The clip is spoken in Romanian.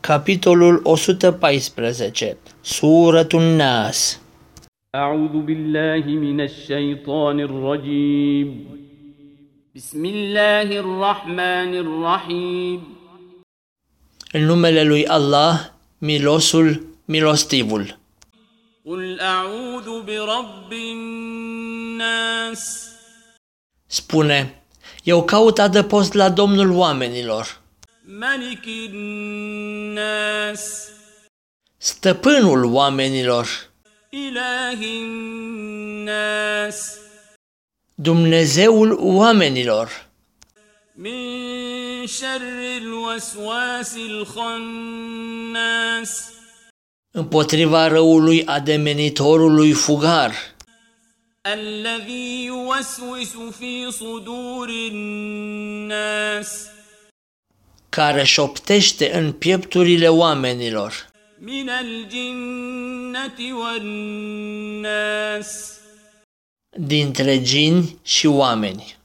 Capitolul 114. Suratul Nas. أعوذ بالله من الشيطان الرجيم بسم الله الرحمن الرحيم În numele lui Allah, Milosul, Milostivul. قل أعوذ برب الناس Spune, eu caut adăpost la Domnul oamenilor, ملك الناس stăpânul oamenilor, إله الناس Dumnezeul oamenilor, من شر الوسواس الخناس împotriva răului ademenitorului fugar, الذي يوسوس في صدور الناس care șoptește în piepturile oamenilor, من الجنة والناس dintre gini și oameni.